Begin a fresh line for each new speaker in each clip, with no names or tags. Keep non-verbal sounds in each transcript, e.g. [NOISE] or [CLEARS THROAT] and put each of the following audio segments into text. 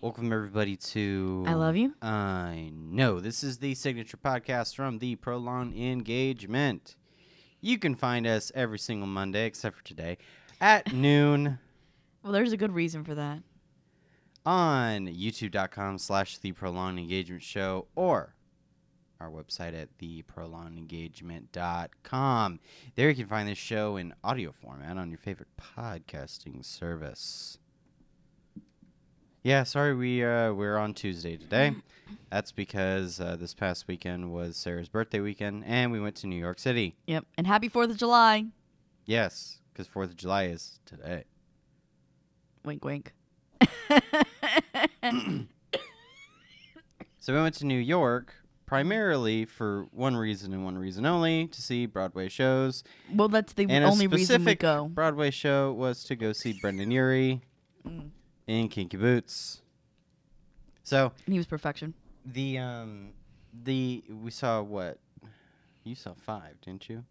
Welcome everybody to
I love you.
I know this is the signature podcast from the Prolon Engagement. You can find us every single Monday except for today at [LAUGHS] noon
Well, there's a good reason for that.
on youtube.com slash the prolonged engagement show or our website at theprolongedengagement.com. There you can find this show in audio format on your favorite podcasting service. Yeah, sorry we uh, we're on Tuesday today. That's because uh, this past weekend was Sarah's birthday weekend, and we went to New York City.
Yep. And happy Fourth of July.
Yes, because Fourth of July is today.
Wink, wink.
So we went to New York primarily for one reason and one reason only to see Broadway shows.
[COUGHS] well, that's the
And
only
a
reason we
specific
go.
Broadway show was to go see Brendan Urie
Mm.
in Kinky Boots. So
And he was perfection.
the um the we saw what you saw five, didn't you?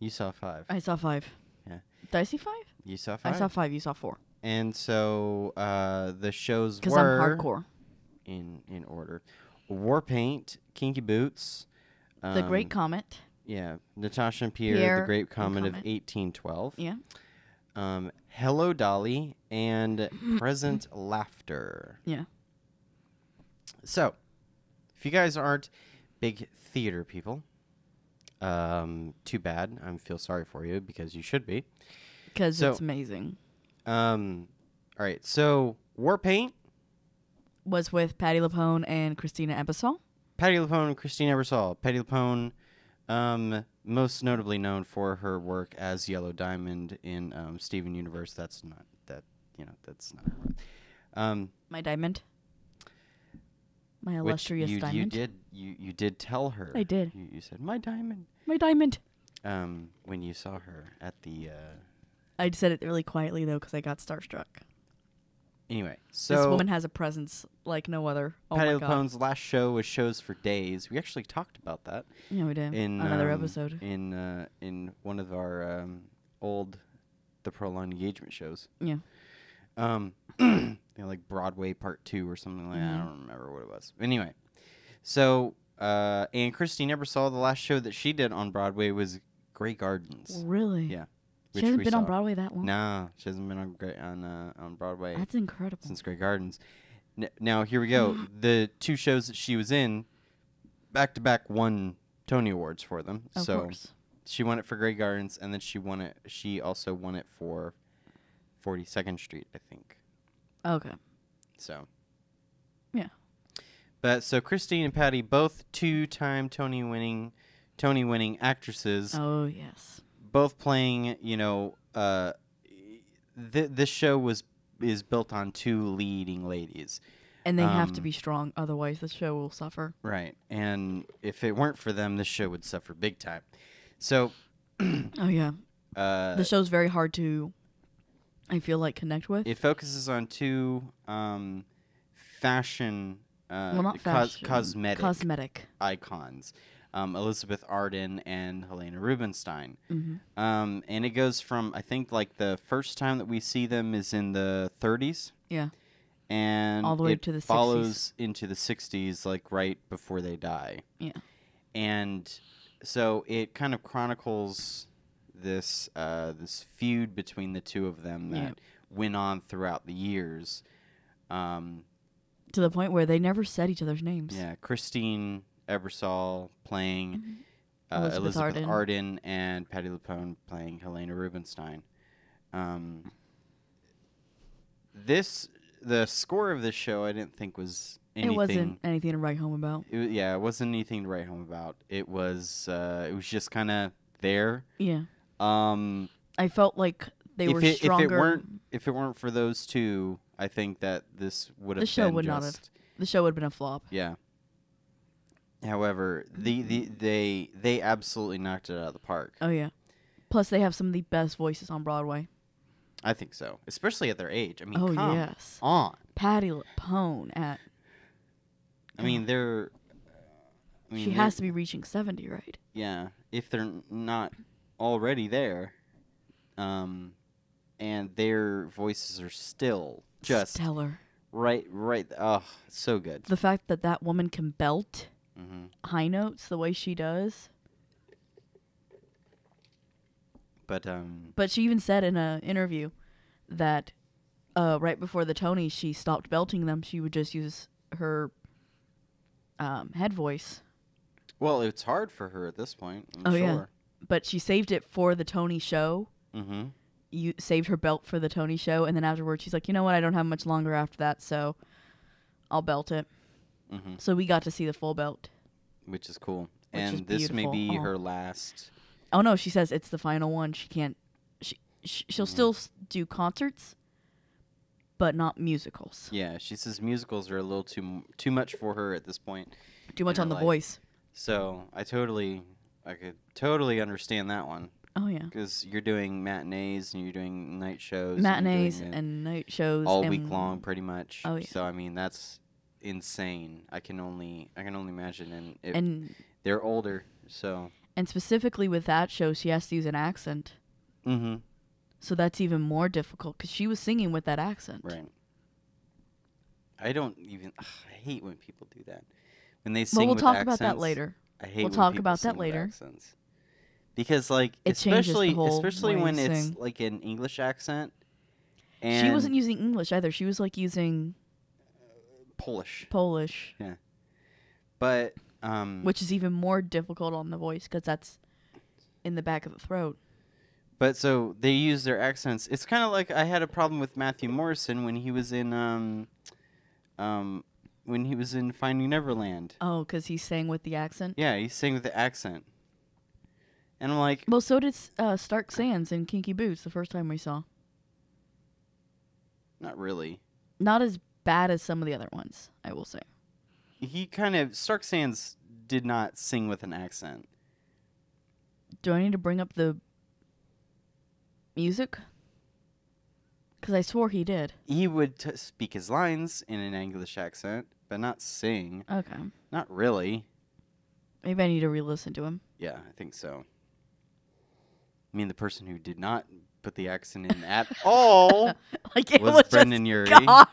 You saw five.
I saw five.
Yeah.
Did I see five?
you saw five.
I saw five. You saw four.
and so uh, the shows
Because
were
I'm hardcore.
in in order: War Paint, Kinky Boots, um,
the Great Comet.
Yeah, Natasha and Pierre,
Pierre
the Great
and
Comet of
Comet.
1812.
Yeah.
Um, Hello Dolly
[CLEARS THROAT]
and Present Laughter.
Yeah.
So, if you guys aren't big theater people, um, too bad. I feel sorry for you because you should be.
Because
So-
it's amazing.
Um, all right. So, War Paint,
Was with Patty Lapone and Christina Ebersol.
Patty LuPone, Christine Ebersol. Patty LuPone, um, most notably known for her work as Yellow Diamond in um, Steven Universe. That's not that you know. That's not. Um,
My diamond. My
which
illustrious
you,
diamond.
You did. You you did tell her.
I did.
You, you said my diamond.
My diamond.
Um, when you saw her at the. Uh,
I said it really quietly though, because I got starstruck.
anyway, so
this woman has a presence like no other. Oh
Patty
my god.
LuPone's last show was shows for days. We actually talked about that.
Yeah, we did.
in
Another
um,
episode.
in uh, in one of our um, old the prolonged engagement shows.
Yeah.
Um, [CLEARS THROAT] you know, like Broadway Part Two or something like that. I
Mhm.
don't remember what it was. Anyway, so uh, and Christine Ebersol, the last show that she did on Broadway was Grey Gardens.
Really?
Yeah,
She
which
hasn't
we
been on
saw.
Broadway that long.
Nah, she hasn't been on Grey, on uh, on Broadway
That's incredible.
since Grey Gardens. N- now here we
[GASPS]
go. the two shows that she was in, back to back, won Tony Awards for them.
of
so
course.
she won it for Grey Gardens, and then she won it. She also won it for Forty Second Street, I think.
Okay.
So.
Yeah.
But so Christine and Patty, both two-time Tony-winning, Tony-winning actresses,
Oh yes.
both playing. You know, uh, th- this show was is built on two leading ladies,
And they have to
Um,
be strong, otherwise the show
[CLEARS THROAT]
will suffer.
right? And if it weren't for them, this show would suffer big time. So.
Oh yeah.
Uh,
the show's very hard to. I feel like connect with.
It focuses on two um, fashion, uh,
well, not
cos-
fashion.
cosmetic
Cosmetic.
icons, um, Elizabeth Arden and Helena Rubinstein.
hmm
Um, and it goes from I think like the first time that we see them is in the 30s,
Yeah.
and
All the way
it
to the 60s.
follows into the 60s, like right before they die.
Yeah.
and so it kind of chronicles this uh, this feud between the two of them that
Yeah.
went on throughout the years. Um,
To the point where they never said each other's names.
yeah, Christine Ebersol playing
Mhm.
uh, Elizabeth,
Elizabeth
Arden.
Arden.
and Patty LuPone playing Helena Rubinstein. Um, this the score of this show I didn't think was anything.
It wasn't anything to write home about.
it wa- yeah, it wasn't anything to write home about. It was uh, it was just kind of there.
Yeah.
Um,
I felt like they
if
were
it,
stronger.
If it weren't if it weren't for those two, I think that this would have.
The show
been
would
just,
not have- the show would have been a flop.
Yeah. However, the, the they they absolutely knocked it out of the park.
Oh yeah. Plus, they have some of the best voices on Broadway.
I think so, especially at their age. I mean,
oh
come
yes.
on.
Patty LaPone at
I mean, they're. I mean,
she
they're-
has to be reaching 70, right?
Yeah, if they're n- not already there, um, and their voices are still just
Stellar.
Right, right. Oh, so good.
The fact that that woman can belt
hmm
high notes the way she does,
But um,
but she even said in a interview that uh, right before the Tony, she stopped belting them. She would just use her um, head voice,
well, it's hard for her at this point. I'm
Oh, yeah.
sure.
but she saved it for the Tony show.
Mm-hmm.
You saved her belt for the Tony show, and then afterwards, she's like, you know what? I don't have much longer after that, so I'll belt it.
Mm-hmm.
So we got to see the full belt.
Which is cool.
Which is
and this may
beautiful.
be
Aw.
her last.
Oh no, she says it's the final one. She can't. She, she she'll
Mm.
still s- do concerts, but not musicals.
Yeah, she says musicals are a little too m- too much for her at this point.
Too much
her
on the
life.
voice.
So I totally, I could totally understand that one
Oh yeah,
because you're doing matinees and you're doing night shows, and you're doing
matinees
it
and night shows
all
and
week long, pretty much.
Oh, yeah.
So I mean, that's insane. I can only, I can only imagine, and, it,
and
they're older, so.
and specifically with that show, she has to use an accent,
Mm-hmm.
so that's even more difficult because she was singing with that accent.
Right. I don't even. ugh, I hate when people do that. When they
But
sing
we'll
with
talk about that
accents,
later.
I hate when
talk
people
about that
sing with
later.
accents. Because like
It changes the
especially
whole
especially
way you
when it's
sing.
like an English accent and
she wasn't using English either. She was like using
Polish.
Polish,
But um
which is even more difficult on the voice because that's in the back of the throat.
but so they use their accents. It's kind of like I had a problem with Matthew Morrison when he was in um um when he was in Finding Neverland.
Oh, because he sang with the accent.
Yeah, he sang with the accent. And I'm like,
Well, so did uh, Stark Sands in Kinky Boots the first time we saw.
not really.
Not as bad as some of the other ones, I will say.
He kind of Stark Sands did not sing with an accent.
Do I need to bring up the music? Because I swore he did.
he would t- speak his lines in an English accent, but not sing.
Okay.
Not really.
Maybe I need to re listen to him. [LAUGHS]
Yeah, I think so. I mean, the person who did not put the accent in
[LAUGHS]
at all
Like, it
was,
was,
Brendan
just,
Urie.
God,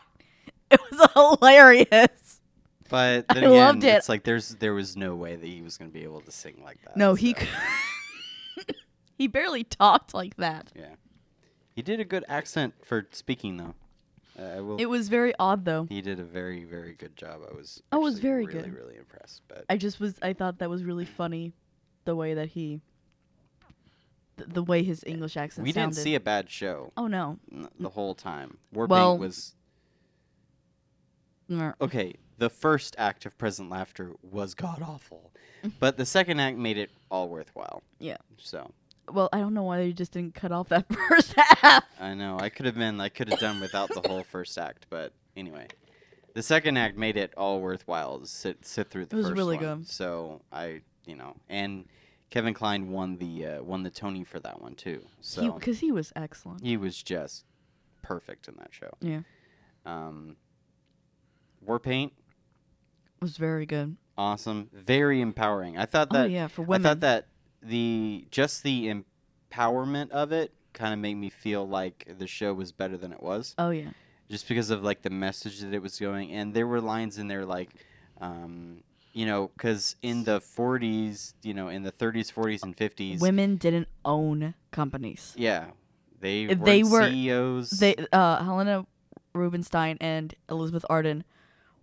it was [LAUGHS] hilarious.
But
I
then again,
loved it.
it's like there's there was no way that he was going to be able to sing like that.
no, he
so,
could. [LAUGHS] he barely talked like that.
Yeah, he did a good accent for speaking though. Uh, I will.
It was very odd, though.
he did a very very good job. I was.
Oh, it was
actually
very
really,
good.
Really impressed. But
I just was I thought that was really funny the way that he th- the way his English accent
Eh, we
sounded.
didn't see a bad show
Oh no.
n- the whole time. Warping
Well-
was
Mm.
okay, the first act of Present Laughter was god awful, but the second act made it all worthwhile.
Mm-hmm. Yeah.
So
Well, I don't know why they just didn't cut off that [LAUGHS] first half.
I know I could have been I could have done without the whole first act, but anyway, the second act made it all worthwhile. to Sit sit through the
It was
first
really
one.
good.
So I you know and Kevin Klein won the uh, won the Tony for that one too. So
Because he, was excellent.
he was just perfect in that show.
Yeah.
Um, War Paint
was very good.
awesome, very empowering. I thought
oh
that
yeah, for
I
women.
thought that the just the empowerment of it kind of made me feel like the show was better than it was,
oh yeah.
just because of like the message that it was going. And there were lines in there like, um, you know, because in the '40s, you know, in the '30s, '40s, and '50s,
Women didn't own companies.
yeah, they
If
were E
they were-
CEOs.
They uh Helena Rubinstein and Elizabeth Arden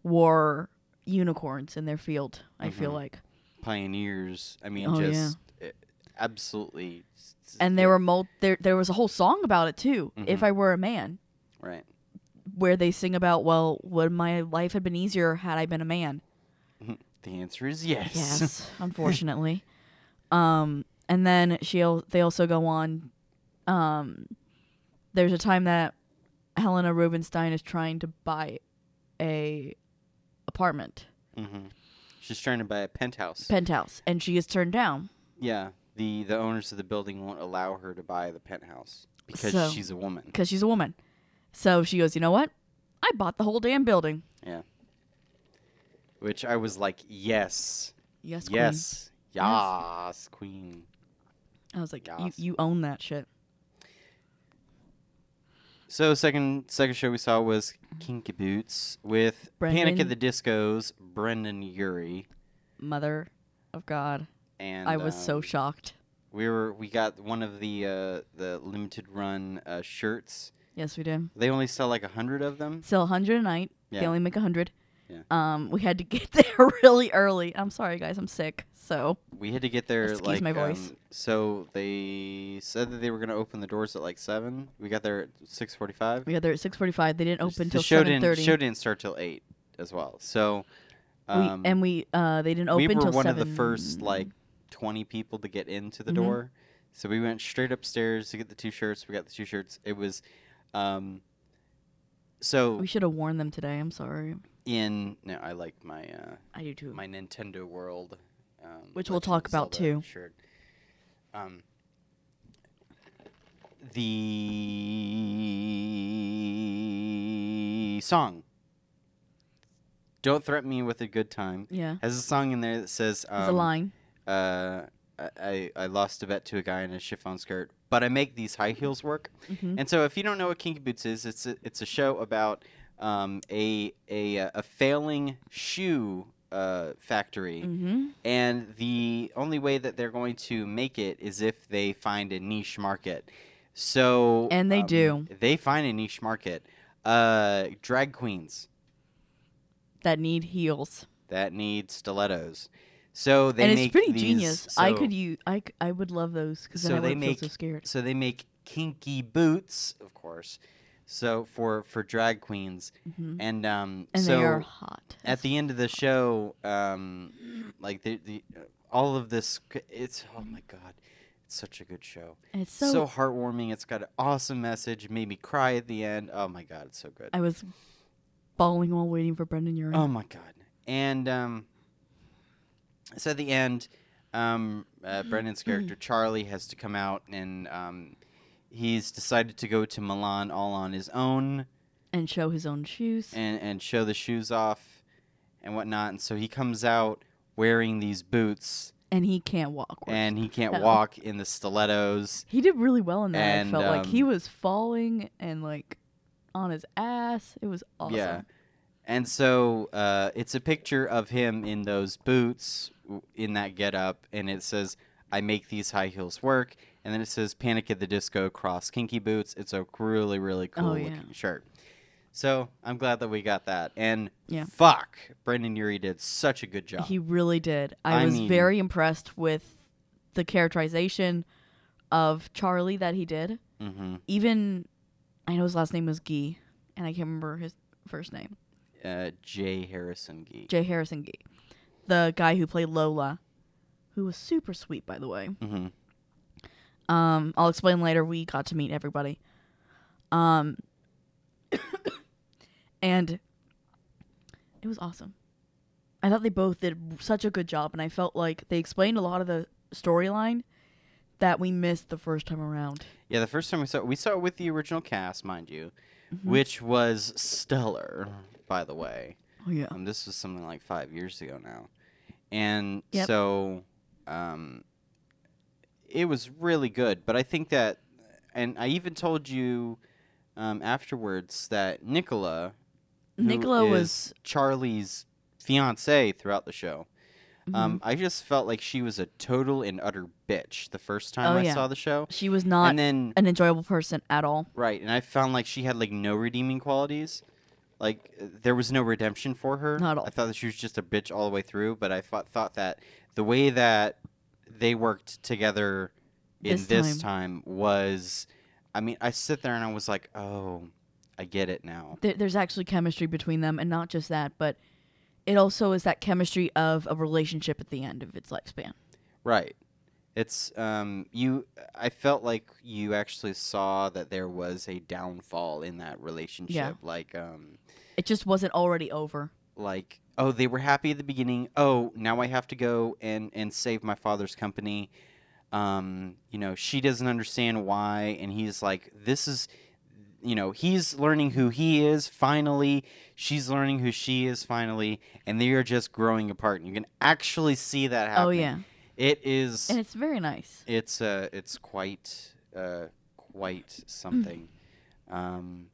were unicorns in their field, I feel
Mhm.
like.
pioneers. I mean,
Oh, yeah.
just uh, absolutely. s- s-
And there were mul- there there was a whole song about it too,
Mhm.
If I Were a Man.
right.
where they sing about, well, would my life have been easier had I been a man?
The answer is yes. [LAUGHS]
Yes, [LAUGHS] unfortunately. Um, and then she al- they also go on. Um, there's a time that Helena Rubinstein is trying to buy a apartment
hmm She's trying to buy a penthouse.
penthouse, and she is turned down.
Yeah, the the owners of the building won't allow her to buy the penthouse because
So-
she's a woman.
because she's a woman. So she goes, you know what? I bought the whole damn building.
Which I was like, yes,
Yes, queen.
yes, yes, queen.
I was like, you,
Yes.
you own that shit.
So second second show we saw was Kinky Boots with Panic at
Brendan.
the Disco's Brendan Urie,
Mother of God.
and
I was so
um,
shocked.
We were we got one of the uh, the limited run uh, shirts.
Yes, we did.
They only sell like a hundred of them.
Still 100 a night. They
Yeah.
only make 100.
Yeah.
Um, we had to get [LAUGHS] there really early. I'm sorry, guys. I'm sick. So
We had to get there
Excuse
like
my voice.
um, so they said that they were gonna open the doors at like seven. We got there at six forty five.
we got there at 6:45. They didn't open
the
till
show didn't
7:30.
show didn't start till eight as well. So um,
we, and we uh, they didn't open
we were
till
one
7.
of the first like 20 people to get into the
Mhm.
door so we went straight upstairs to get the two shirts we got the two shirts it was um so
We should have warned them today. I'm sorry.
in no i like my uh
I do too.
my nintendo world um,
Which we'll
Legend
talk
of
about
Zelda
too.
shirt um the song don't threaten me with a good time
yeah.
has a song in there that says um,
It's a line.
uh, I- I, I lost a bet to a guy in a chiffon skirt, but I make these high heels work.
hmm
And so, if you don't know what Kinky Boots is, it's a, it's a show about um, a, a uh, a failing shoe uh, factory,
hmm
and the only way that they're going to make it is if they find a niche market. So
And they
um,
do.
They find a niche market. Uh, drag queens
That need heels.
that need stilettos. So they
and
make
it's pretty
these-
genius. I
so-
could use. I, c- I would love those because
So
then I
they
would feel
make-
so scared.
so they make kinky boots, of course. So for for drag queens,
hmm
and um,
And
so
they are hot.
at the end of the show, um, like the, the uh, all of this, c- it's oh my god, it's such a good show,
And it's
so,
so,
heartwarming. It's got an awesome message, made me cry at the end. Oh my god, it's so good.
I was bawling while waiting for Brendan Urie.
Oh my god! And um, so at the end, um, uh, Brendan's character Charlie has to come out, and um, he's decided to go to Milan all on his own
and show his own shoes.
and and show the shoes off and whatnot. And so he comes out wearing these boots,
and he can't walk. worse.
and he can't
[LAUGHS] Oh.
walk in the stilettos.
he did really well in that.
And,
I felt like he
um,
was falling and like on his ass. It was awesome.
Yeah. And so uh, it's a picture of him in those boots, w- in that getup, and it says, "I make these high heels work." And then it says, "Panic at the Disco cross kinky boots." It's a really, really cool
Oh, yeah.
looking shirt. So I'm glad that we got that. And
Yeah.
fuck, Brendan Urie did such a good job.
He really did. I,
I
was
mean-
very impressed with the characterization of Charlie that he did.
mm-hmm.
Even I know his last name was Gee, and I can't remember his first name.
uh, Jay Harrison Gee.
Jay Harrison Gee, the guy who played Lola, who was super sweet, by the way.
mm-hmm.
Um, I'll explain later. We got to meet everybody. Um, [COUGHS] and it was awesome. I thought they both did such a good job, and I felt like they explained a lot of the storyline that we missed the first time around.
Yeah, the first time we saw we saw it with the original cast, mind you,
Mm-hmm.
which was stellar, by the way.
Oh yeah,
Um, this was something like five years ago now, and
Yep.
so um, it was really good. But I think that, and I even told you um, afterwards that Nicola, who
Nicola
is
was
Charlie's fiance throughout the show.
mhm.
Um, I just felt like she was a total and utter bitch the first time
Oh,
I
yeah.
saw the show,
she was not
and then
an enjoyable person at all.
Right, and I found like she had like no redeeming qualities. Like uh, there was no redemption for her.
Not at all.
I thought that she was just a bitch all the way through, but I thought thought that the way that they worked together in
This
this, time. was I mean, I sit there and I was like, "Oh, I get it now."
There, there's actually chemistry between them, and not just that, but it also is that chemistry of a relationship at the end of its lifespan.
Right. It's um you I felt like you actually saw that there was a downfall in that relationship. Like um
It just wasn't already over.
like oh they were happy at the beginning oh now i have to go and and save my father's company um you know she doesn't understand why and he's like this is you know he's learning who he is finally she's learning who she is finally and they are just growing apart and you can actually see that happening
Oh yeah,
it is
and it's very nice.
it's uh it's quite uh quite something Um,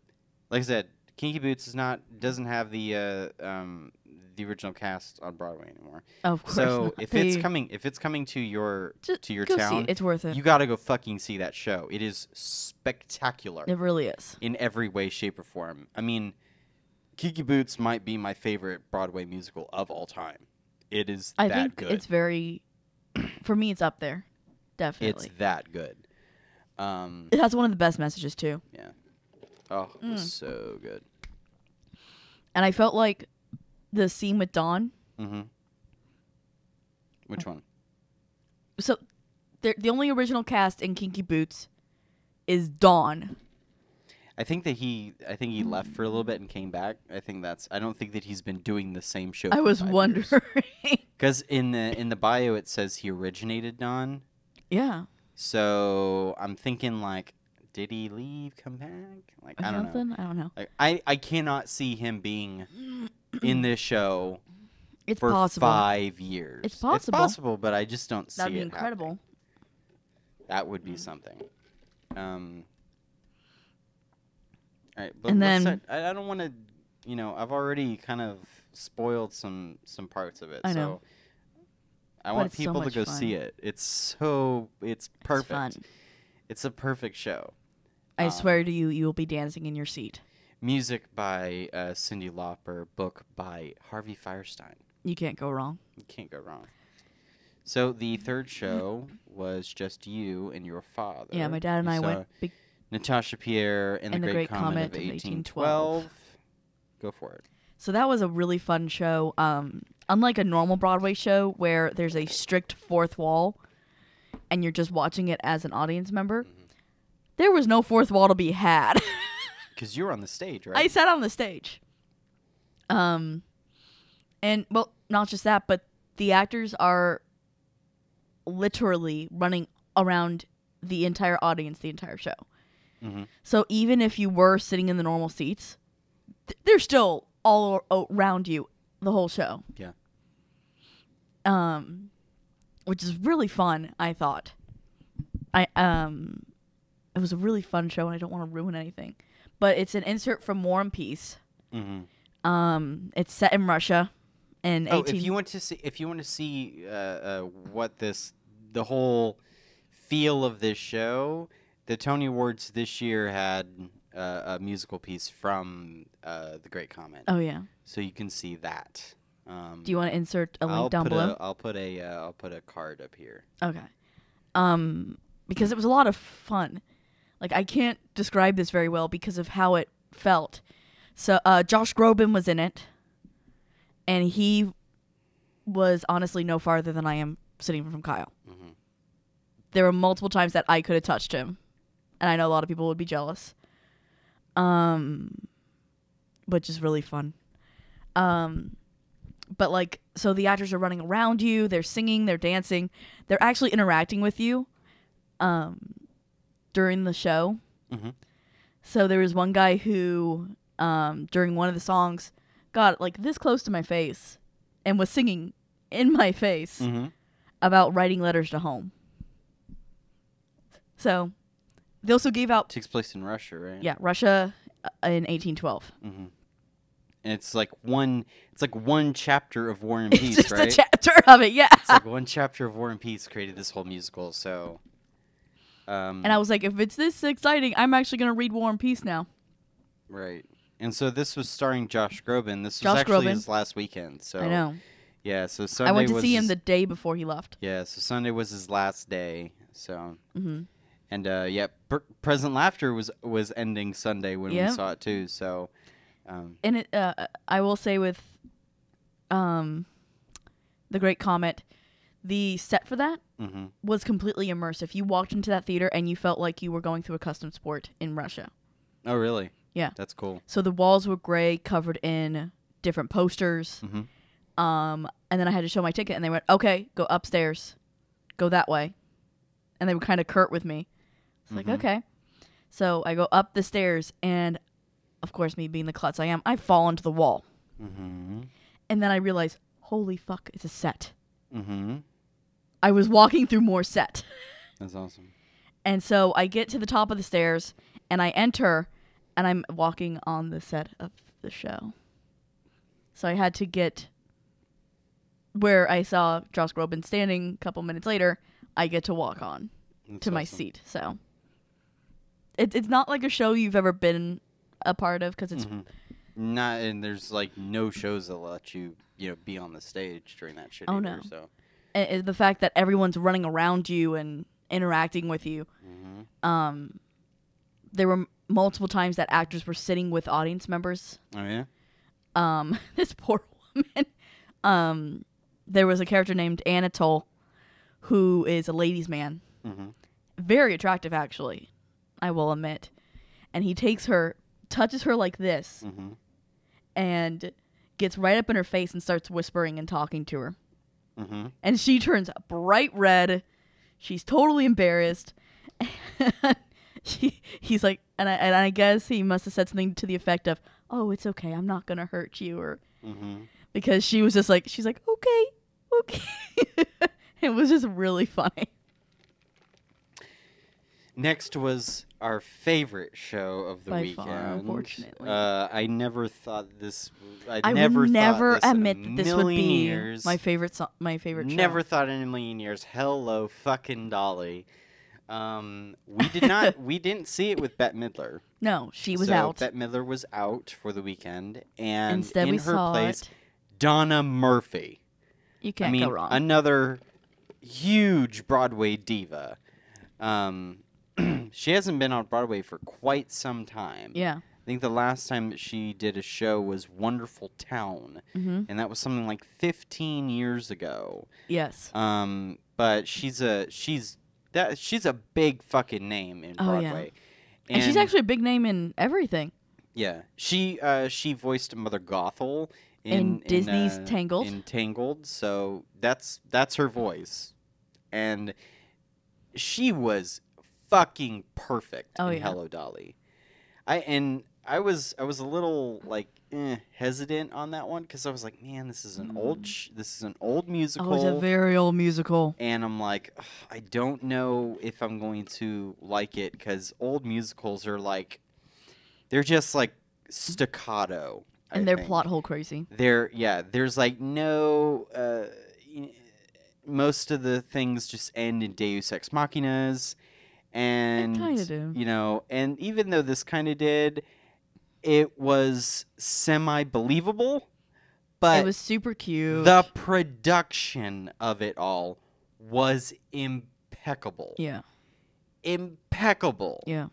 like I said, Kinky Boots is not doesn't have the uh, um, the original cast on Broadway anymore.
Of course.
So
not.
if it's
They-
coming if it's coming to your
Just
to your
go see
town,
it. it's worth it.
you got to go fucking see that show. It is spectacular
it really is.
in every way, shape, or form. I mean, Kiki Boots might be my favorite Broadway musical of all time. It is
I
that
think
good.
it's very. [CLEARS THROAT] For me, it's up there,
It's
definitely.
that good. Um,
it has one of the best messages too,
oh, it was
Mm.
so good.
and I felt like the scene with Dawn.
Mm-hmm. Which one?
So the the only original cast in Kinky Boots is Dawn.
I think that he, I think he left for a little bit and came back. I think that's. I don't think that he's been doing the same show.
I was wondering. [LAUGHS]
because in the in the bio it says he originated Don.
yeah.
So I'm thinking like, did he leave? Come back? Like
or
I don't know.
something? I don't know.
Like, I I cannot see him being in this show
It's
for
possible.
five years.
It's possible.
possible, but I just don't see
That'd be
it happening.
incredible.
That would be something. Um. All right, but
And
let's
then-
not- I, I don't want to. You know, I've already kind of spoiled some some parts of it.
I know.
So I
But
want
it's so
people to
much
go see
fun.
it. It's so it's perfect.
It's fun.
It's a perfect show.
I
Um,
swear to you, you will be dancing in your seat.
Music by uh, Cindy Lauper, book by Harvey Firestein.
You can't go wrong.
You can't go wrong. So the third show
[LAUGHS]
was just you and your father.
Yeah, my dad and
You
I
saw
went. Be-
Natasha Pierre and, the, Great, Comet, of 1812. Go for it.
so that was a really fun show. Um, unlike a normal Broadway show where there's a strict fourth wall, and you're just watching it as an audience member, there was no fourth wall to be had. [LAUGHS]
Because you were on the stage,
I
right?
sat on the stage. Um, and well, not just that, but the actors are literally running around the entire audience the entire show.
Mhm.
So even if you were sitting in the normal seats, th- they're still all o- around you the whole show.
Yeah.
Um, which is really fun. I thought. I um, it was a really fun show, and I don't want to ruin anything. But it's an insert from War and Peace.
mm-hmm.
Um, it's set in Russia, in
Oh,
eighteen.
if you want to see, if you want to see uh, uh, what this, the whole feel of this show, the Tony Awards this year had uh, a musical piece from uh, the Great Comet,
oh yeah.
so you can see that. Um,
Do you want to insert a link
I'll
down
put
below?
A, I'll put a uh, I'll put a card up here.
Okay. Um, because it was a lot of fun. Like I can't describe this very well because of how it felt. So uh, Josh Groban was in it, and he was honestly no farther than I am sitting from Kyle.
Mhm.
There were multiple times that I could have touched him, and I know a lot of people would be jealous. Um, which is really fun. Um, but like so the actors are running around you they're singing they're dancing they're actually interacting with you um during the show
Mhm.
so there was one guy who um during one of the songs got like this close to my face and was singing in my face
Mm-hmm.
about writing letters to home so they also gave out
takes place in Russia, right?
yeah russia uh, in 1812
Mm-hmm. And it's like one, it's like one chapter of War and
[LAUGHS] it's
Peace,
just
right?
a chapter of it yeah
it's like one chapter of War and Peace created this whole musical. So, um,
and i was like if it's this exciting i'm actually going to read war and peace now
right. And so this was starring Josh Groban. This was
Josh
actually
Groban.
his last weekend. So
I know.
Yeah. So Sunday
I went to
was
see him
his-
the day before he left.
yeah. So Sunday was his last day. So
hmm
and uh, yeah, Pr- Present Laughter was was ending Sunday when
Yep.
we saw it too. So. Um,
And it, uh, I will say with, um, the Great Comet, the set for that
hmm
was completely immersive. You walked into that theater and you felt like you were going through a custom sport in Russia.
Oh, really?
Yeah.
That's cool.
So the walls were gray, covered in different posters.
Mhm.
Um, and then I had to show my ticket, and they went, "Okay, go upstairs, go that way," and they were kind of curt with me. It's
Mhm.
like, okay. So I go up the stairs, and of course, me being the klutz I am, I fall into the wall,
Mm-hmm.
and then I realize, holy fuck, it's a set.
Mm-hmm.
I was walking through more set.
That's awesome.
And so I get to the top of the stairs and I enter, and I'm walking on the set of the show. So I had to get where I saw Josh Groban standing a couple minutes later, I get to walk on
That's
to my
awesome.
seat. So it, it's not like a show you've ever been a part of because it's
Mhm. Not and there's like no shows that let you you know be on the stage during that shit.
Oh,
either,
no.
So
i- i- the fact that everyone's running around you and interacting with you.
Mm-hmm.
Um, there were m- multiple times that actors were sitting with audience members
oh yeah.
um [LAUGHS] this poor woman um there was a character named Anatole who is a ladies man
Mhm.
very attractive actually i will admit and he takes her touches her like this
Mhm.
and gets right up in her face and starts whispering and talking to her
Mhm.
and she turns bright red she's totally embarrassed [LAUGHS] she, he's like and I, and I guess he must have said something to the effect of oh it's okay i'm not gonna hurt you or
Mhm.
because she was just like she's like okay okay [LAUGHS] it was just really funny
Next was our favorite show of the
By far,
weekend.
unfortunately.
uh, I never thought this. I,
i
never
would
thought
never
this in a
admit that this would
million
be
years.
my favorite so- my favorite
Never
show.
thought in a million years. Hello, fucking Dolly. Um, we did
[LAUGHS]
not. we didn't see it with Bette Midler.
no she was
so
out
Bette Midler was out for the weekend, and
instead
in
we
her
saw
place,
it
Donna Murphy.
you can't
I mean,
go wrong
another huge Broadway diva. Um, [CLEARS THROAT] she hasn't been on Broadway for quite some time.
yeah
I think the last time that she did a show was Wonderful Town,
hmm
and that was something like 15 years ago.
yes
Um, but she's a she's that she's a big fucking name in
Oh, yeah.
Broadway.
and, she's actually a big name in everything
yeah. She uh, she voiced Mother Gothel
In
in,
Disney's
uh,
Tangled.
In Tangled, so that's that's her voice, and she was fucking perfect
Oh,
in
yeah.
Hello Dolly. I and I was I was a little like eh, hesitant on that one because I was like, man, this is an old sh- this is an old musical
Mm. oh it's a very old musical
and I'm like, "Ugh, I don't know if I'm going to like it because old musicals are like, they're just like staccato. I
and they're
think.
plot hole crazy
There, yeah. There's like no. Uh, y- most of the things just end in Deus ex machinas, and
kinda do.
you know, and even though this kind of did, it was semi believable. But
it was super cute
the production of it all was impeccable.
yeah
Impeccable.
yeah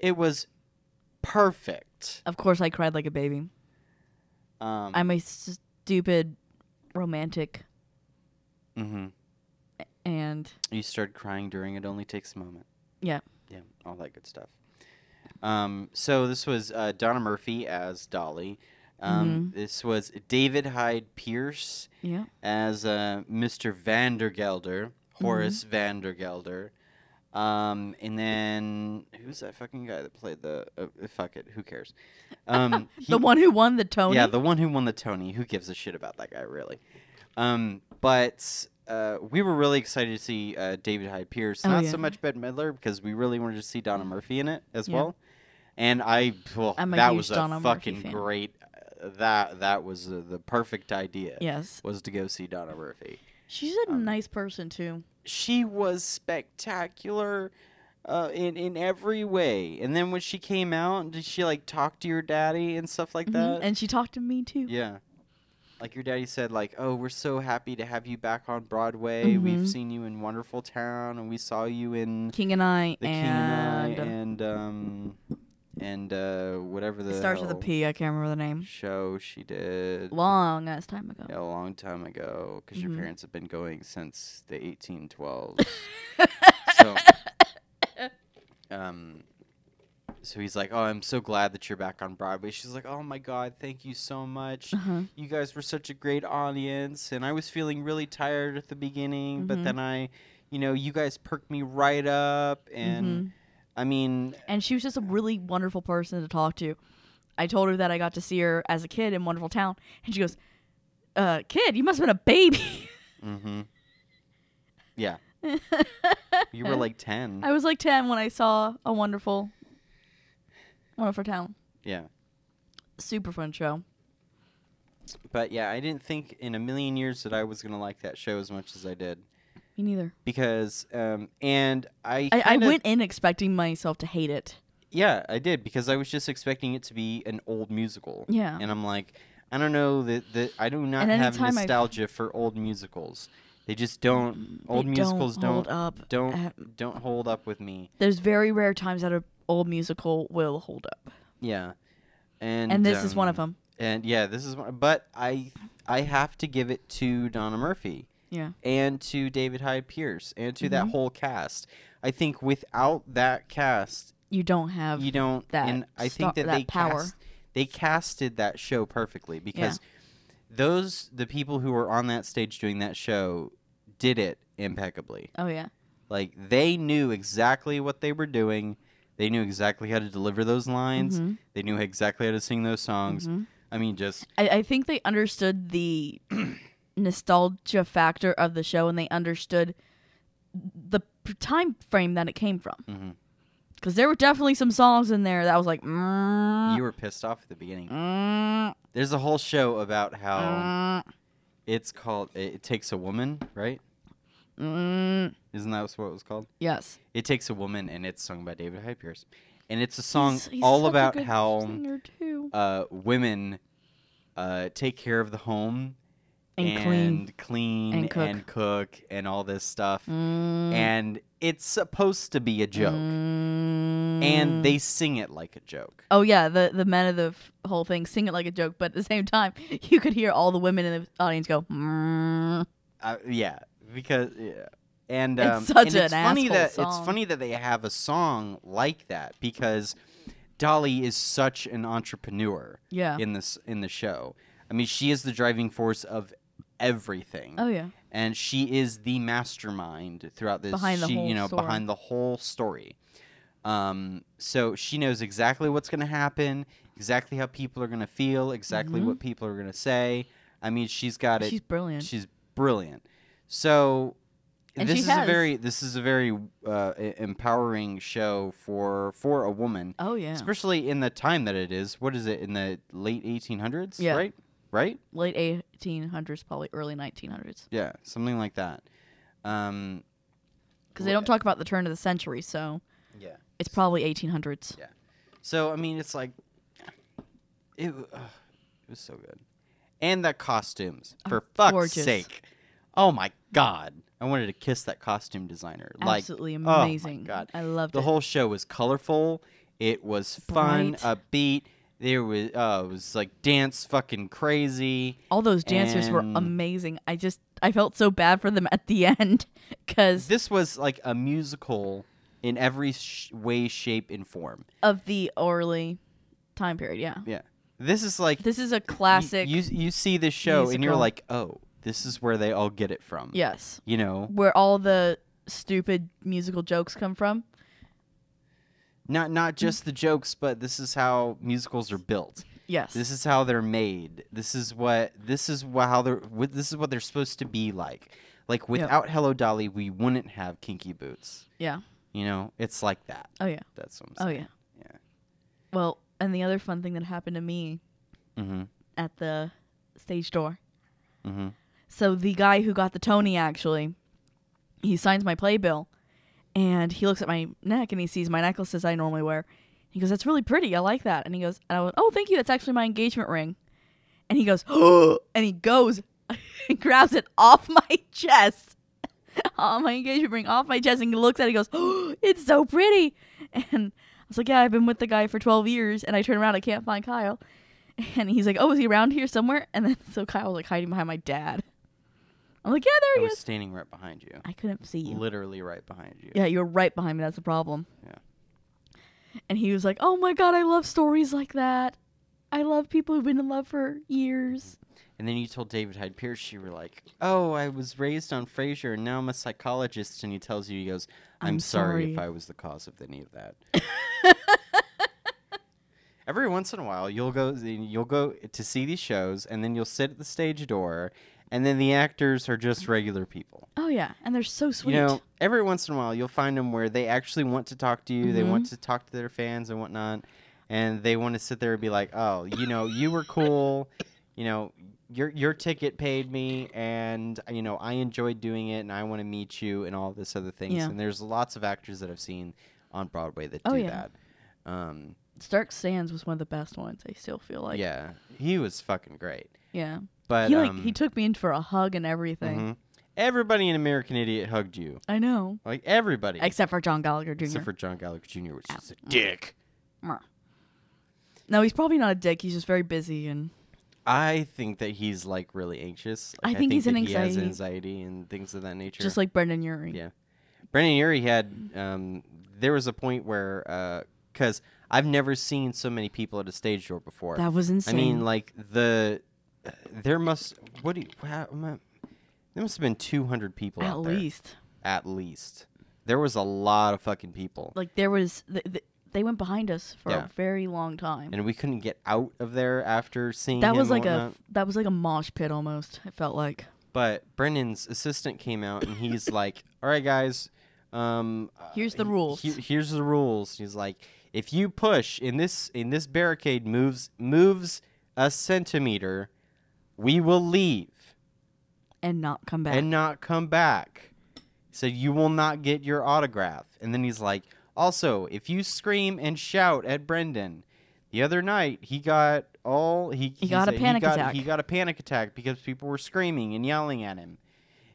It was perfect.
of course i cried like a baby
Um,
i'm a stupid romantic
mhm.
and
You started crying during It Only Takes a Moment.
Yeah.
Yeah, all that good stuff. Um, so this was uh, Donna Murphy as Dolly. Um,
Mm-hmm.
This was David Hyde Pierce
yeah
as uh, Mr. Vandergelder,
Mm-hmm.
Horace Vandergelder. Um, and then who's that fucking guy that played the? Uh, uh, fuck it, who cares? Um, he-
[LAUGHS] the one who won the Tony.
Yeah, the one who won the Tony. Who gives a shit about that guy, really? Um, but uh, we were really excited to see uh, David Hyde Pierce.
Oh,
Not
yeah.
so much Bette Midler because we really wanted to see Donna Murphy in it as
Yeah.
well. And I, well,
I'm a
that
huge
was a
Donna Murphy
fucking
fan.
great. Uh, that that was uh, the perfect idea.
yes,
Was to go see Donna Murphy.
she's a
Um,
nice person too.
she was spectacular uh, in in every way. And then when she came out, did she like talk to your daddy and stuff like
Mhm,
that?
And she talked to me too.
yeah. Like your daddy said, like, oh, we're so happy to have you back on Broadway.
Mhm.
We've seen you in Wonderful Town, and we saw you in
King and I
The King and
and, uh,
I, and um, and uh, whatever the
it starts with a
hell
P. I can't remember the name.
show she did
Long ass time ago.
a long time ago because
Mhm.
your parents have been going since the 1812s.
[LAUGHS]
so, um, so he's like, "Oh, I'm so glad that you're back on Broadway." She's like, "Oh my God, thank you so much.
Uh-huh.
You guys were such a great audience, and I was feeling really tired at the beginning,
Mhm.
but then I, you know, you guys perked me right up, and
Mhm.
I mean,
And she was just a really wonderful person to talk to. I told her that I got to see her as a kid in Wonderful Town, and she goes, "Uh, kid, you must have been a baby." [LAUGHS]
mm-hmm. yeah, you were like ten.
I was like ten when I saw a Wonderful. Wonderful Town.
Yeah.
Super fun show.
But yeah, I didn't think in a million years that I was going to like that show as much as I did.
Me neither.
Because, um, and I.
I, I
kinda-
went in expecting myself to hate it.
Yeah, I did because I was just expecting it to be an old musical.
Yeah.
And I'm like, I don't know that that I do not
And
have
anytime I-
nostalgia for old musicals. They just don't. Old
They
musicals
don't hold
don't
up.
don't
Uh,
don't hold up with me.
There's very rare times that an old musical will hold up,
Yeah. And
and, this is one of
um,
them.
And yeah, this is one. But I I have to give it to Donna Murphy.
Yeah.
and to David Hyde Pierce and to that
Mhm.
whole cast. I think without that cast,
You don't have.
you don't.
that
and I
star-
think that,
that
they
power.
cast, they casted that show perfectly because those the people who were on that stage doing that show did it impeccably.
oh yeah.
Like they knew exactly what they were doing. They knew exactly how to deliver those lines.
Mhm.
They knew exactly how to sing those songs.
Mhm.
I mean, just
I, I think they
[CLEARS THROAT]
understood the nostalgia factor of the show, and they understood the p- time frame that it came from.
Mhm.
Because there were definitely some songs in there that was like, mm,
you were pissed off at the beginning.
mm,
There's a whole show about how.
mm,
It's called It Takes a Woman, right?
mm.
Isn't that what it was called?
yes.
It Takes a Woman, and it's sung by David Hyde Pierce. And it's a song
He's- he's
all
such a
about
good
how
singer, too.
uh, women uh, take care of the home
And clean.
clean
And cook.
and cook and all this stuff.
Mm,
And it's supposed to be a joke.
mm.
And they sing it like a joke.
Oh yeah, the the men of the f- whole thing sing it like a joke, but at the same time, [LAUGHS] you could hear all the women in the audience go. Mm.
Uh, yeah, because yeah. And,
It's
um,
such
and
an
it's funny
asshole
that it's
song.
funny that they have a song like that because Dolly is such an entrepreneur
Yeah.
in this in the show. I mean, she is the driving force of everything,
Oh yeah.
and she is the mastermind throughout this.
Behind the
she,
whole
you know,
story.
behind the whole story. Um, so she knows exactly what's going to happen, exactly how people are going to feel, exactly
Mhm.
what people are going to say. I mean, she's got it
She's brilliant.
She's brilliant. So
And
this
she
is a
has.
very this is a very uh, e- empowering show for for a woman,
oh yeah.
especially in the time that it is. What is it in the late 1800s?
Yeah.
Right. Right.
Late eighteen hundreds, probably early nineteen hundreds,
Yeah. Something like that. Um,
because they don't talk about the turn of the century, so
yeah.
it's probably eighteen hundreds.
So I mean, it's like it. w- ugh, it was so good, and the costumes for fuck's
Oh, gorgeous.
sake. Oh my god! I wanted to kiss that costume designer. Like oh
Absolutely
my
amazing.
God.
I loved
The
it.
whole show was colorful. It was fun, upbeat. There was uh, it was like dance fucking crazy.
all those dancers were
and-
amazing. I just I felt so bad for them [LAUGHS] at the end because
This was like a musical in every sh- way, shape, and form.
of the early time period. Yeah.
Yeah, this is like
This is a
you-
classic.
You you see this show and you're
musical.
like, oh, this is where they all get it from.
yes.
you know,
Where all the stupid musical jokes come from.
not not
Mm-hmm.
just the jokes, but this is how musicals are built.
Yes.
This is how they're made. This is what this is wha- how they're wh- this is what they're supposed to be like. Like without Hello Dolly, we wouldn't have Kinky Boots.
yeah.
You know, it's like that.
Oh yeah.
That's what I'm
Oh
saying.
yeah.
Yeah.
Well, and the other fun thing that happened to me
Mm-hmm.
at the stage door.
Mm-hmm.
So the guy who got the Tony actually, he signs my playbill, and he looks at my neck and he sees my necklaces I normally wear. He goes, "That's really pretty. I like that." And he goes, and I went, "Oh, thank you. That's actually my engagement ring." And he goes, [GASPS] "Oh!" and he goes [LAUGHS] and grabs it off [LAUGHS] my chest, [LAUGHS] off my engagement ring, off my chest, and he looks at it. and goes, [GASPS] "Oh, it's so pretty." And I was like, "Yeah, I've been with the guy for 12 years." And I turn around, I can't find Kyle. [LAUGHS] And he's like, "Oh, is he around here somewhere?" And then [LAUGHS] so Kyle was like hiding behind my dad. I'm like, "Yeah,
I
there he
was
is."
standing right behind you.
I couldn't see you.
Literally right behind you.
Yeah, you were right behind me. That's the problem.
Yeah.
And he was like, "Oh my god, I love stories like that. I love people who've been in love for years."
And then you told David Hyde Pierce, you were like, "Oh, I was raised on Frasier, and now I'm a psychologist." And he tells you, he goes, "I'm,
I'm
sorry. if
sorry.
I was the cause of any of
[LAUGHS]
that." Every once in a while, you'll go, you'll go to see these shows, and then you'll sit at the stage door, and then the actors are just regular people.
Oh yeah, and they're so sweet.
You know,
Mm-hmm.
every once in a while, you'll find them where they actually want to talk to you. They want to talk to their fans and whatnot. and they want to sit there and be like, "Oh, you know, you were cool. You know, your your ticket paid me, and you know, I enjoyed doing it, and I want to meet you, and all this other things."
Yeah.
And there's lots of actors that I've seen on Broadway that
Oh,
do
yeah.
that. Um,
Stark Sands was one of the best ones. I still feel like.
yeah, he was fucking great.
Yeah.
But
he like
um,
he took me in for a hug and everything.
mhm. everybody in American Idiot hugged you,
I know.
like everybody,
Except for John Gallagher Jr.
except for John Gallagher Jr., which
Ow.
is a dick.
no, he's probably not a dick. He's just very busy and
I think that he's like really anxious.
I
Like,
think he's
that
an
he has
anxiety-
anxiety and things of that nature.
just like Brendan Urie.
Yeah. Brendan Urie had. Um, there was a point where, because I've never seen so many people at a stage door before.
That was
I
insane.
mean, like the there must what do you, how am I, there must have been two hundred people
at
out there,
least
at least. There was a lot of fucking people,
like there was th- th- they went behind us for
Yeah.
a very long time.
and we couldn't get out of there after seeing.
that
him and
was like
whatnot.
a that was like a mosh pit almost. It felt like.
But Brendan's assistant came out and
[LAUGHS]
he's like, "All right, guys, um, uh,
Here's the
he-
rules."
he- here's the rules." He's like, "If you push in this in this barricade moves moves a centimeter, we will leave
And not come back.
and not come back." So you will not get your autograph. And then he's like, "Also, if you scream and shout at Brendan." The other night, he got all he,
He got a
said
panic
got-
attack.
He got a panic attack because people were screaming and yelling at him.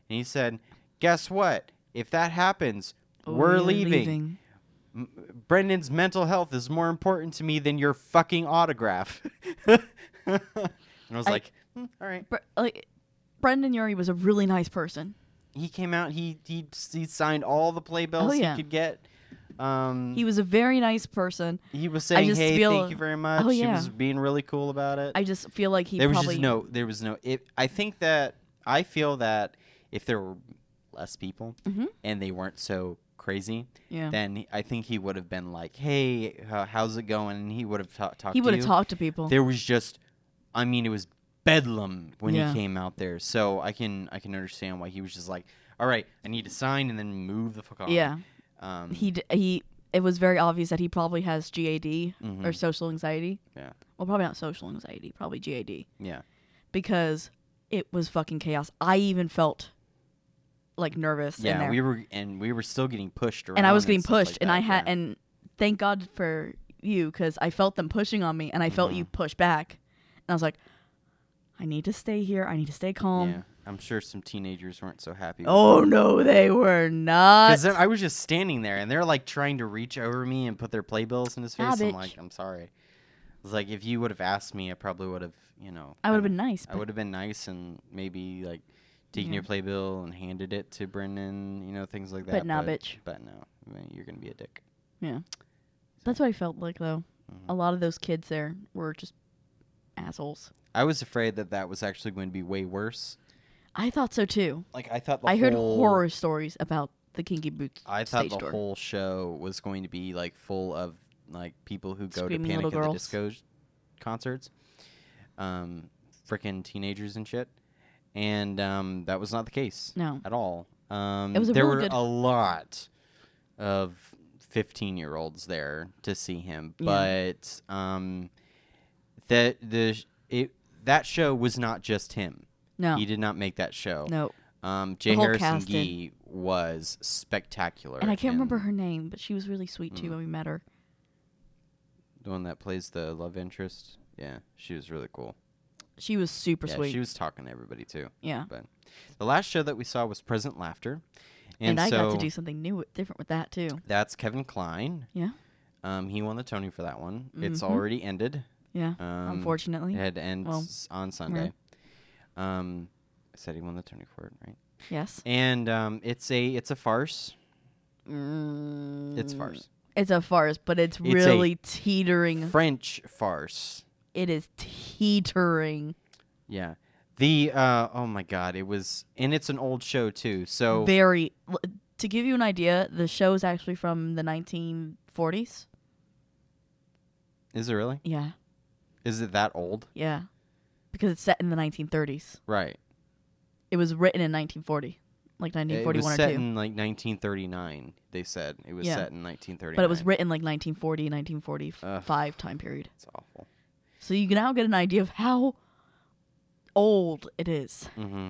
And he said, Guess what? If that happens,
Oh,
we're leaving. Brendan's mental health is more important to me than your fucking autograph. [LAUGHS] and I was
I-
like, "Hmm, All right.
Bre- like Brendan Urie was a really nice person.
He came out, he, he, he signed all the play bills
Oh, yeah.
he could get. Um,
He was a very nice person.
he was saying,
just
"Hey,
feel- Oh,
thank you very much." He
yeah.
was being really cool about it.
I just feel like he
there was
probably
just no, there was no. It, I think that I feel that if there were less people
Mhm.
and they weren't so crazy,
yeah.
then he- I think he would have been like, "Hey, uh, how's it going?" And he would have ta- talked.
He
to
would have
you.
talked to people.
There was just, I mean, it was bedlam when
Yeah.
he came out there. So I can I can understand why he was just like, "All right, I need to sign and then move the fuck on."
yeah.
Um,
He d- he it was very obvious that he probably has GAD or
mhm,
social anxiety.
Yeah.
Well, probably not social anxiety, probably GAD
yeah.
because it was fucking chaos. I even felt like nervous in
Yeah,
there.
we were and we were still getting pushed around,
and I was getting
stuff like
pushed and I
that,
had
yeah.
and thank God for you cuz I felt them pushing on me and I felt you
Mm-hmm.
push back. And I was like I need to stay here. I need to stay calm.
yeah. I'm sure some teenagers weren't so happy. with
um, Oh no, they were not.
Because I was just standing there, and they're like trying to reach over me and put their playbills in his face. I'm
Cabbage.
like, I'm sorry. It's like if you would have asked me, I probably would have, you know.
I would have
kinda-
been nice.
I
but-
would have been nice and maybe like taken
Yeah.
your playbill and handed it to Brendan, you know, things like that.
But nah, bitch.
But no, I mean, you're gonna be a dick.
That's what I felt like though.
Mhm.
A lot of those kids there were just assholes.
I was afraid that that was actually going to be way worse.
I thought so too.
Like I thought. The
I heard
whole-
horror stories about the kinky boots
I thought
stage
the
door.
whole show was going to be like full of like people who go
Screaming
to Panic
little
at the
girls.
Disco sh- concerts, um, freaking teenagers and shit, and um, that was not the case
no,
at all. Um,
was a
there
really
were
good-
a lot of fifteen-year-olds there to see him,
Yeah.
but um, that the sh- it that show was not just him.
no,
He did not make that show.
no.
Um, Jay
whole
Harrison
cast did.
Gee was spectacular,
And I can't remember
in-
her name, but she was really sweet too
Mm.
when we met her.
The one that plays the love interest. Yeah, she was really cool.
She was super
yeah,
sweet.
she was talking to everybody too.
yeah,
The last show that we saw was Present Laughter,
and,
and,
I
so
got to do something new, different with that too.
that's Kevin Klein.
Yeah.
Um, he won the Tony for that one. It's
Mhm.
already ended.
Yeah,
Um,
unfortunately.
it had to end
Well,
s- on Sunday. Um, I said he won the Tony for it, right?
Yes,
And um, it's a it's a farce. It's
it's
a farce.
It's a farce, but it's,
a
really teetering.
French farce.
It is teetering.
Yeah. The uh, oh my god, it was and it's an old show too. So
very l- to give you an idea the show is actually from the 1940s
is it really?
yeah
Is it that old?
yeah because it's set in the 1930s
Right.
it was written in 1940
It
like
was
1941
set
or two.
in like 1939. They said it was
Yeah.
set in 1939.
But it was written like 1940, 1945 time period.
It's awful.
So you can now get an idea of how old it is.
hmm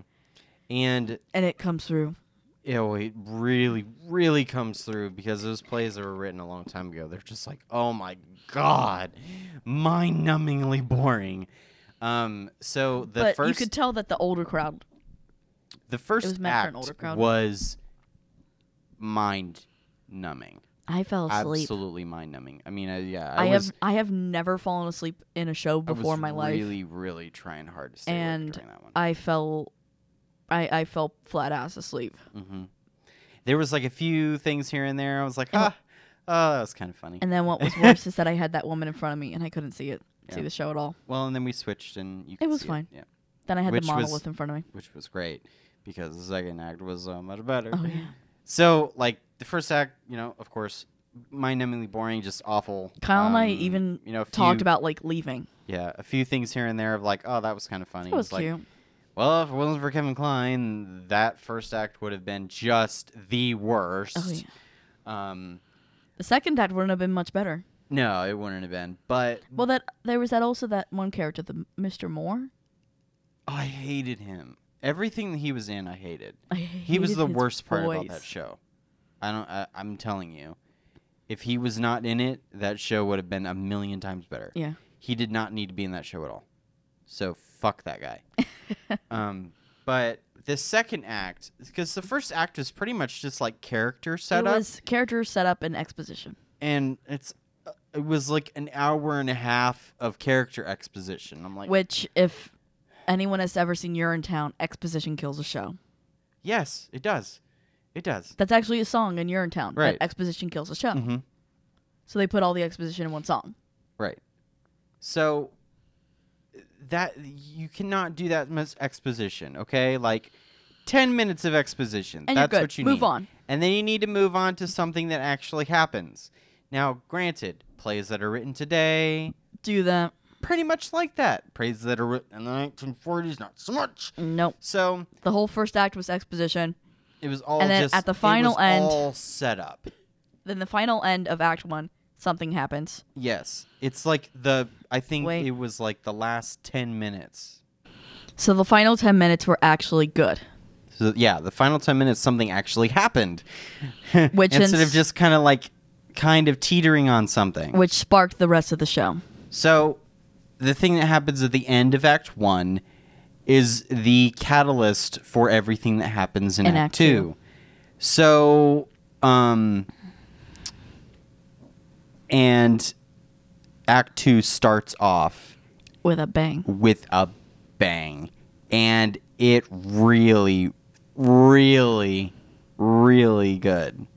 And
And it comes through.
you know, it really, really comes through because those plays that were written a long time ago, they're just like, oh my god, mind-numbingly boring. Um, so the
but
first
you could tell that the older crowd.
the first
was meant for an
act
older crowd.
was mind numbing
I fell asleep.
absolutely mind numbing i mean I, yeah
I,
i, was
have I have never fallen asleep in a show
I
before
was
my life.
really really trying hard to stay
And
awake during that one
I fell I, I fell flat
[LAUGHS]
ass asleep.
hmm there was like a few things here and there i was like
And
ah oh that was kind of funny
And then what was worse is that I had that woman in front of me and I couldn't see it see
Yeah.
the show at all.
well and then we switched and you could
was
see
fine.
yeah
Then I had
Which
the
was-
monolith in front of me.
which was great because the second act was so much better
Oh yeah.
so like the first act you know of course mind-numbingly boring just awful
Kyle and I
Um,
even
you know a
Talked
few-
about like leaving.
Yeah, a few things here and there of like, oh, that was kind of funny.
That was
It's like,
cute.
well, if it wasn't for Kevin Klein, that first act would have been just the worst.
Oh yeah.
Um,
The second act wouldn't have been much better.
no, it wouldn't have been. But
Well, that there was that also that one character, the Mr. Moore.
I hated him. Everything that he was in, I hated.
I
He was
hated
the
his
worst part about that
voice.
show. I don't. I, I'm telling you, if he was not in it, that show would have been a million times better.
Yeah.
he did not need to be in that show at all. So fuck that
[LAUGHS]
guy. um, but the second act, because the first act was pretty much just like character
It
setup,
was character setup and exposition.
and it's uh, it was like an hour and a half of character exposition. I'm like,
Which, if anyone has ever seen You're in Town, exposition kills a show.
yes, it does, it does.
That's actually a song in You're in Town. but
Right.
exposition kills a show.
Mm-hmm.
So they put all the exposition in one song.
Right. So that you cannot do that much exposition, okay? Like ten minutes of exposition.
And you're
That's
good.
what you
Move
need.
on.
And then you need to move on to something that actually happens. Now, granted, plays that are written today
Do that.
pretty much like that. Plays that are written in the 1940s, not so much.
Nope.
So
The whole first act was exposition.
it was all
And then
just
at the
it was
final end-
all set up.
Then the final end of Act One, something happens.
Yes, it's like the I think
Wait.
it was like the last ten minutes
So the final 10 minutes were actually good.
So yeah, the final ten minutes, something actually happened, [LAUGHS]
Which
instead of
ins-
just kind of like kind of teetering on something.
which sparked the rest of the show.
so the thing that happens at the end of Act One is the catalyst for everything that happens in,
In
Act,
Act
Two.
Two.
So, um, and Act Two starts off
With a bang.
with a bang. And it really, really, really good.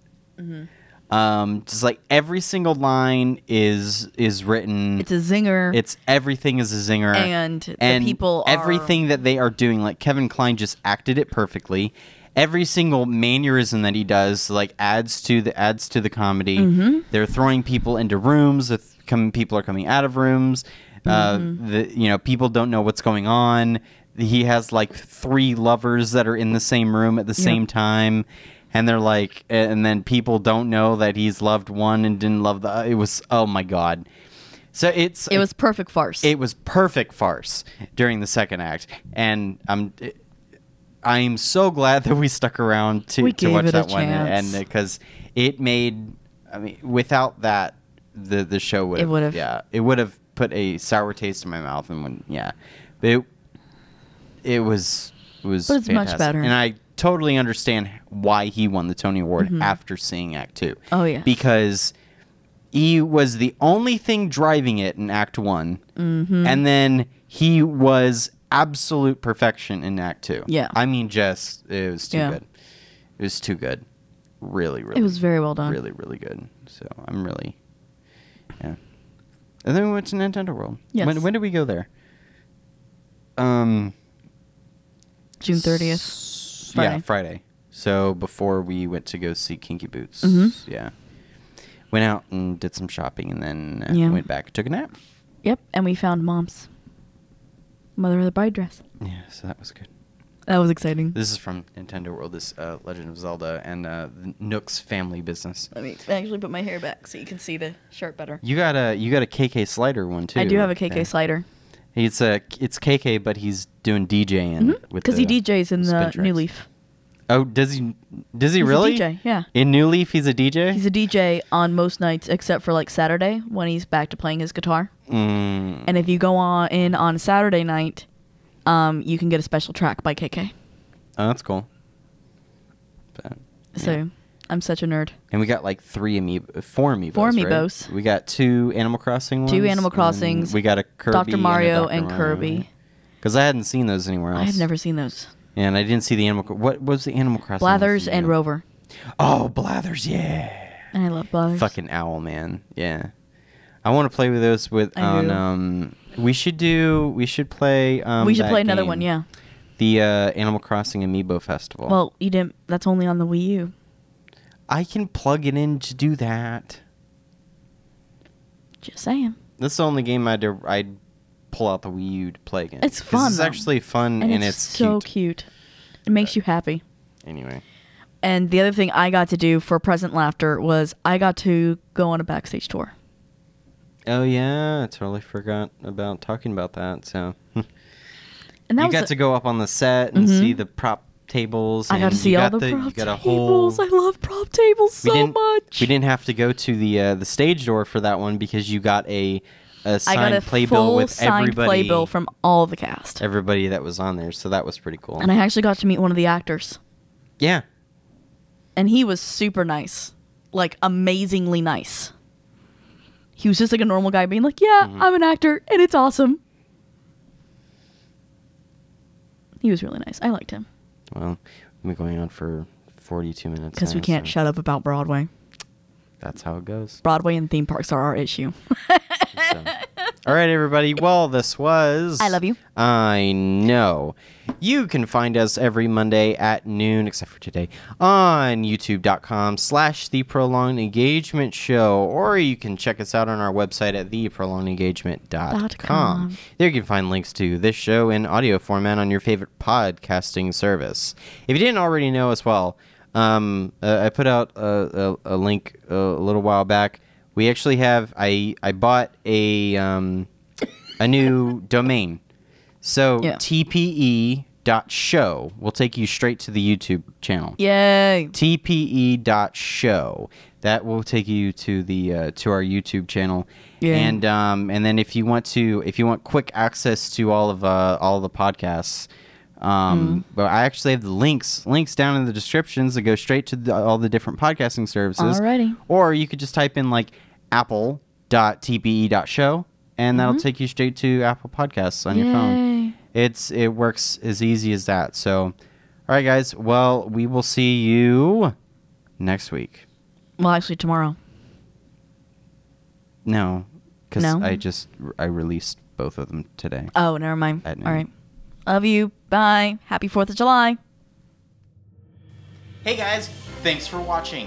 Um, just like every single line is is written.
It's a zinger.
It's everything is a zinger,
And the
And
people are-
everything that they are doing. Like Kevin Klein just acted it perfectly. Every single mannerism that he does, like adds to the adds to the comedy.
Mm-hmm.
They're throwing people into rooms. they're th- Come, people are coming out of rooms. Uh,
Mm-hmm.
the you know people don't know what's going on. He has like three lovers that are in the same room at the same time, and they're like, and then people don't know that he's loved one and didn't love the. It was oh my god. So it's
it was perfect farce.
it was perfect farce during the second act, and I'm I am so glad that we stuck around to,
We
to
gave
watch
it a
that one,
chance.
and because it made I mean without that the the show would
It would've-
yeah it would have put a sour taste in my mouth and when yeah it it was it was
But it's much
fantastic.
better.
and I totally understand why he won the Tony Award after seeing Act Two
Mm-hmm. Oh, yes.
because he was the only thing driving it in Act One,
Mm-hmm. Hmm.
and then he was absolute perfection in Act Two.
Yeah.
I mean, just it was too
Yeah.
good. It was too good. Really, really,
It was very well done.
really, really good. So I'm really, yeah. And then we went to Nintendo World.
Yes.
When, when did we go there? Um.
June 30th.
S-
Friday.
Yeah, Friday. So before we went to go see Kinky Boots.
Mhm.
Yeah. Went out and did some shopping and then uh,
Yeah.
went back, took a nap.
Yep. And we found mom's mother of the bride dress.
Yeah, so that was good.
That was exciting.
This is from Nintendo World. This uh, Legend of Zelda and uh, Nook's family business.
Let me actually put my hair back so you can see the shirt better.
You got a you got a KK Slider one too.
I do have a KK
there.
slider
It's a it's KK, but he's doing DJing with
because
the
Mm-hmm. he DJs
spin
in the New
tracks.
Leaf.
Oh, does he? Does he
He's a
really?
DJ, yeah.
In New Leaf, he's a DJ.
He's a DJ on most nights except for like Saturday when he's back to playing his guitar.
Mm.
And if you go on in on Saturday night, um, you can get a special track by KK.
oh, that's cool. But, yeah.
So I'm such a nerd.
And we got like three amiibo, uh, four amiibos.
Four
right?
amiibos.
We got two Animal Crossing ones.
Two Animal
and then
Crossings,
We got a Kirby.
Dr. Mario and Kirby.
Because I hadn't seen those anywhere else.
I have never seen those.
And I didn't see the Animal. Cro- What was the Animal Crossing? ones
Blathers
that
and
you got?
Rover.
Oh, Blathers, yeah.
And I love Blathers.
Fucking owl man, yeah. I want to play with those with
I
on.
do.
Um, we should do. We should play. Um,
we should
that
play another
game.
one, yeah.
The uh, Animal Crossing Amiibo Festival.
Well, you didn't. That's only on the Wii U.
I can plug it in to do that.
Just saying.
That's the only game I'd I'd pull out the Wii U to play again.
It's
'Cause
fun,
It's
though.
actually fun and, it's,
so
cute.
cute. It makes you happy.
Anyway,
And the other thing I got to do for Present Laughter was I got to go on a backstage tour.
oh yeah, I totally forgot about talking about that. So [LAUGHS]
And that
you
was
got
a-
to go up on the set and
Mhm.
see the prop tables.
I got
and
to
you
see all
got
the,
you
prop
got a whole-
tables. I love prop tables
we
so
didn't,
much.
We didn't have to go to the uh, the stage door for that one because you got a a
I
signed
got a
playbill
full
with
signed
everybody
playbill from all the cast,
everybody that was on there. So that was pretty cool.
and I actually got to meet one of the actors,
yeah,
and he was super nice, like amazingly nice. He was just like a normal guy being like, "Yeah,
Mhm.
I'm an actor, and it's awesome." He was really nice. I liked him
well, we've been going on for forty two minutes
because we
now,
can't
so
shut up about Broadway.
That's how it goes.
Broadway and theme parks are
[LAUGHS]
our issue.
So. All right, everybody. Well, this was.
I love you.
I know. You can find us every Monday at noon, except for today, on youtube.com slash the prolonged engagement show, or you can check us out on our website at theprolongedengagement.com.
com.
There you can find links to this show in audio format on your favorite podcasting service. If you didn't already know as well, um, uh, I put out a, a, a link uh, a little while back. We actually have I I bought a um, a new domain. So
Yeah.
TPE dot show will take you straight to the YouTube channel.
Yay!
TPE E dot show that will take you to the uh, to our YouTube channel.
Yeah.
And um, and then if you want to if you want quick access to all of uh, all the podcasts,
Hmm.
um, but I actually have the links links down in the descriptions that go straight to the, all the different podcasting services.
Alrighty.
Or you could just type in like apple.tpe.show E and that'll take you straight to Apple Podcasts on your phone.
Mm-hmm. Yay.
It's it works as easy as that. So, all right guys, well, we will see you next week.
Well, actually, tomorrow.
No, cuz
No?
I just I released both of them today.
Oh, never mind.
At noon.
All right. Love you. Bye. Happy 4th of July.
Hey guys, thanks for watching.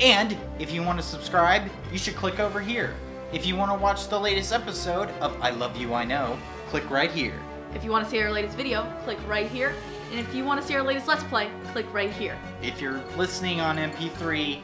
And if you want to subscribe, you should click over here. If you want to watch the latest episode of I Love You I Know, click right here.
If you want to see our latest video, click right here. And if you want to see our latest Let's Play, click right here.
If you're listening on MP3,